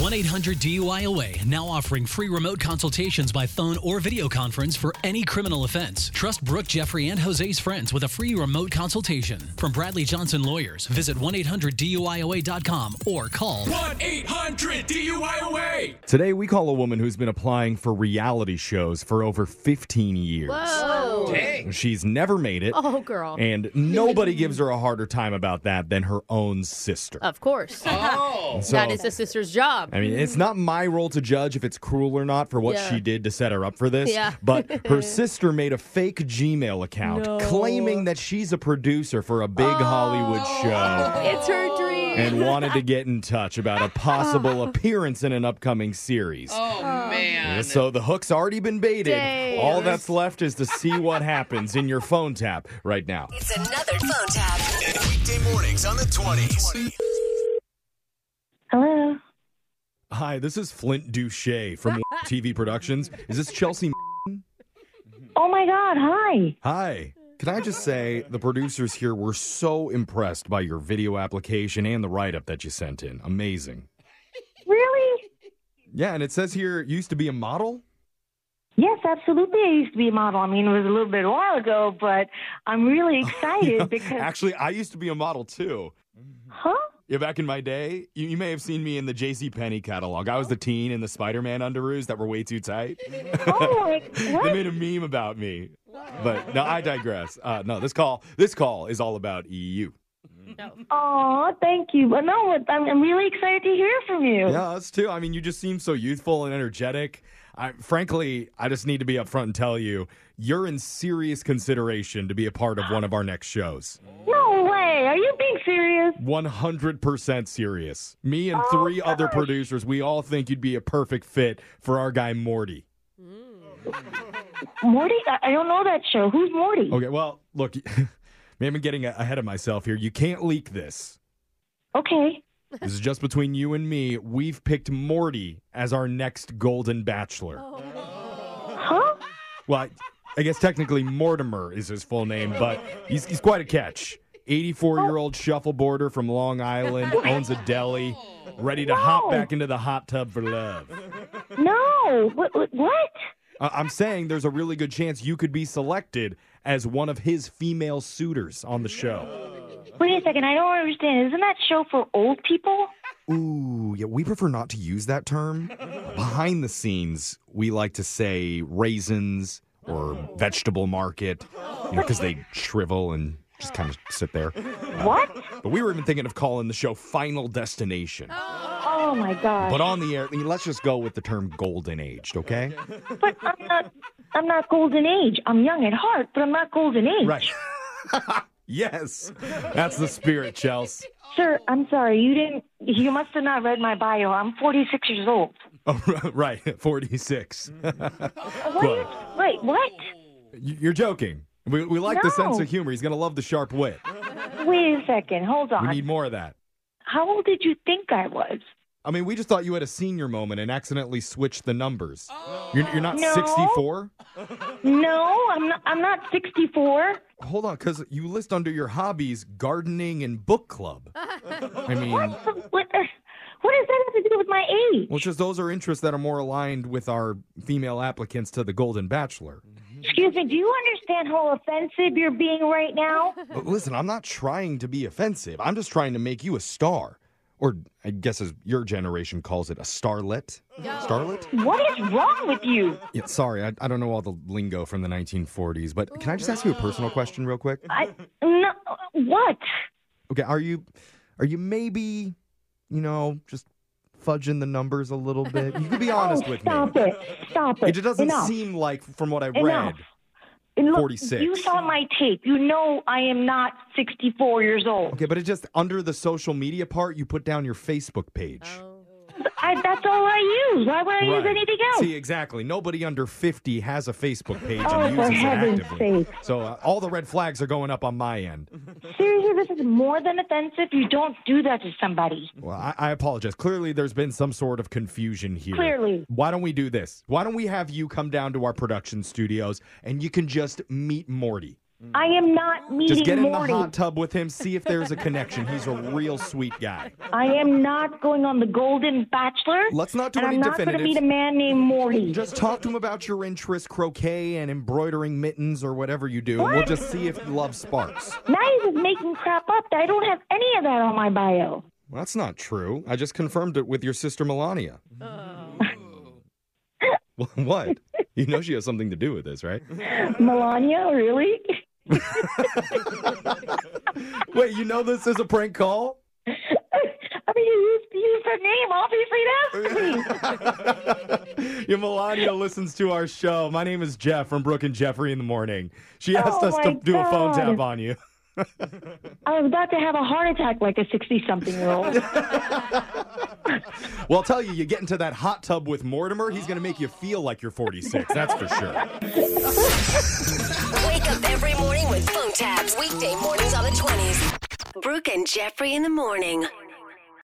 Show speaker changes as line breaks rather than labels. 1 800 DUIOA now offering free remote consultations by phone or video conference for any criminal offense. Trust Brooke, Jeffrey, and Jose's friends with a free remote consultation. From Bradley Johnson Lawyers, visit 1 800 DUIOA.com or call
1 800 DUIOA.
Today, we call a woman who's been applying for reality shows for over 15 years. Oh,
Whoa.
She's never made it.
Oh, girl.
And nobody gives her a harder time about that than her own sister.
Of course.
So,
Oh. that is a sister's job.
I mean, it's not my role to judge if it's cruel or not for what
Yeah.
she did to set her up for this.
Yeah.
But her sister made a fake Gmail account claiming that she's a producer for a big Hollywood show.
Oh. it's her dream.
And wanted to get in touch about a possible appearance in an upcoming series.
Oh, man.
So the hook's already been baited.
Dang.
All that's left is to see what happens in your phone tap right now.
It's another phone tap.
Weekday mornings on the 20s.
Hello.
Hi, this is Flint Duche from TV Productions. Is this Chelsea?
Oh my God. Hi.
Hi. Can I just say the producers here were so impressed by your video application and the write up that you sent in. Amazing.
Really?
Yeah, and it says here you used to be a model?
Yes, absolutely. I used to be a model. I mean, it was a little bit a while ago, but I'm really excited because,
Actually, I used to be a model too.
huh?
Yeah, back in my day, you, you may have seen me in the J.C. Penney catalog. I was the teen in the Spider-Man underoos that were way too tight.
Oh my!
they
What?
made a meme about me. But no, I digress. Uh, no, this call this call is all about E EU.
Aw, thank you. But no, but I'm, I'm really excited to hear from you.
Yeah, us too. I mean, you just seem so youthful and energetic. I, frankly, I just need to be upfront and tell you, you're in serious consideration to be a part of one of our next shows.
No way. Are you being serious?
100% serious. Me and three other producers, we all think you'd be a perfect fit for our guy Morty.
Morty? I, I don't know that show. Who's Morty?
Okay, well, look, man, I'm getting ahead of myself here. You can't leak this.
Okay.
This is just between you and me. We've picked Morty as our next Golden Bachelor.
Huh?
Well, I, I guess technically Mortimer is his full name, but he's, he's quite a catch. 84 year old shuffleboarder from Long Island, owns a deli, ready to hop
No.
back into the hot tub for love.
No. What? what- What?
I- I'm saying there's a really good chance you could be selected as one of his female suitors on the show.
Wait a second. I don't understand. Isn't that show for old people?
Ooh, yeah, we prefer not to use that term. Behind the scenes, we like to say raisins or vegetable market, you know, because they shrivel and just kind of sit there.
What?
But we were even thinking of calling the show Final Destination.
Oh my God.
But on the air, I mean, let's just go with the term golden aged, okay?
But I'm not. I'm not golden age. I'm young at heart, but I'm not golden age.
yes. That's the spirit, Chels.
Sir, I'm sorry. You didn't. You must have not read my bio. I'm 46 years old.
Oh, right, 46.
What? are you- Wait, what?
You- You're joking. We, we like the sense
No.
of humor. He's going to love the sharp wit.
Wait a second. Hold
We
on.
need more of that.
How old did you think I was?
I mean, we just thought you had a senior moment and accidentally switched the numbers. You're, you're not
No.
64?
No, I'm not. I'm not 64.
Hold on, because you list under your hobbies gardening and book club. I mean, well,
So What? What does that have to do with my age?
it's just those are interests that are more aligned with our female applicants to the Golden Bachelor.
Excuse me. Do you understand how offensive you're being right now?
But listen, I'm not trying to be offensive. I'm just trying to make you a star. Or I guess as your generation calls it, a starlet. Starlet?
What is wrong with you?
Yeah, sorry, I, I don't know all the lingo from the 1940s, but can I just ask you a personal question real quick?
I no. What?
Okay, are you are you maybe, you know, just fudging the numbers a little bit? You could be honest
oh,
with
stop
me.
it! Stop it!
It just doesn't
Enough.
seem like from what I read.
Enough. And look,
46.
You saw my tape. You know I am not 64 years old.
Okay, but it just under the social media part, you put down your Facebook page.
I, that's all I use. Why would I use
Right.
anything else?
See, exactly. Nobody under 50 has a Facebook page
Oh,
and
for
uses it
heaven's
actively.
sake.
So uh, all the red flags are going up on my end.
Seriously, this is more than offensive. You don't do that to somebody.
Well, I, I apologize. Clearly, there's been some sort of confusion here.
Clearly.
Why don't we do this? Why don't we have you come down to our production studios and you can just meet Morty?
I am not meeting
Mm. Just get in
Morty.
the hot tub with him, see if there's a connection. He's a real sweet guy.
I am not going on the Golden Bachelor.
Let's not do
and
any
I'm not going to
definitives.
meet a man named Morty.
Just talk to him about your interests, croquet and embroidering mittens or whatever you do, and we'll just see if you love sparks.
now you're just making crap up. I don't have any of that on my bio.
Well, that's not true. I just confirmed it with your sister Melania. Wh- what? You know she has something to do with this, right?
Melania, really?
Wait, you know this is a prank call?
I mean, you used, you used her name. Obviously, that's me.
Your Melania listens to our show. My name is Jeff from Brooke and Jeffrey in the morning. She asked
Oh
us to
my
do a phone
God.
tap on you.
I was about to have a heart attack like a 60 something year old.
Well, I'll tell you, you get into that hot tub with Mortimer, he's going to make you feel like you're 46. That's for sure.
Wake up every morning with phone taps. Weekday mornings on the 20s. Brooke and Jeffrey in the morning.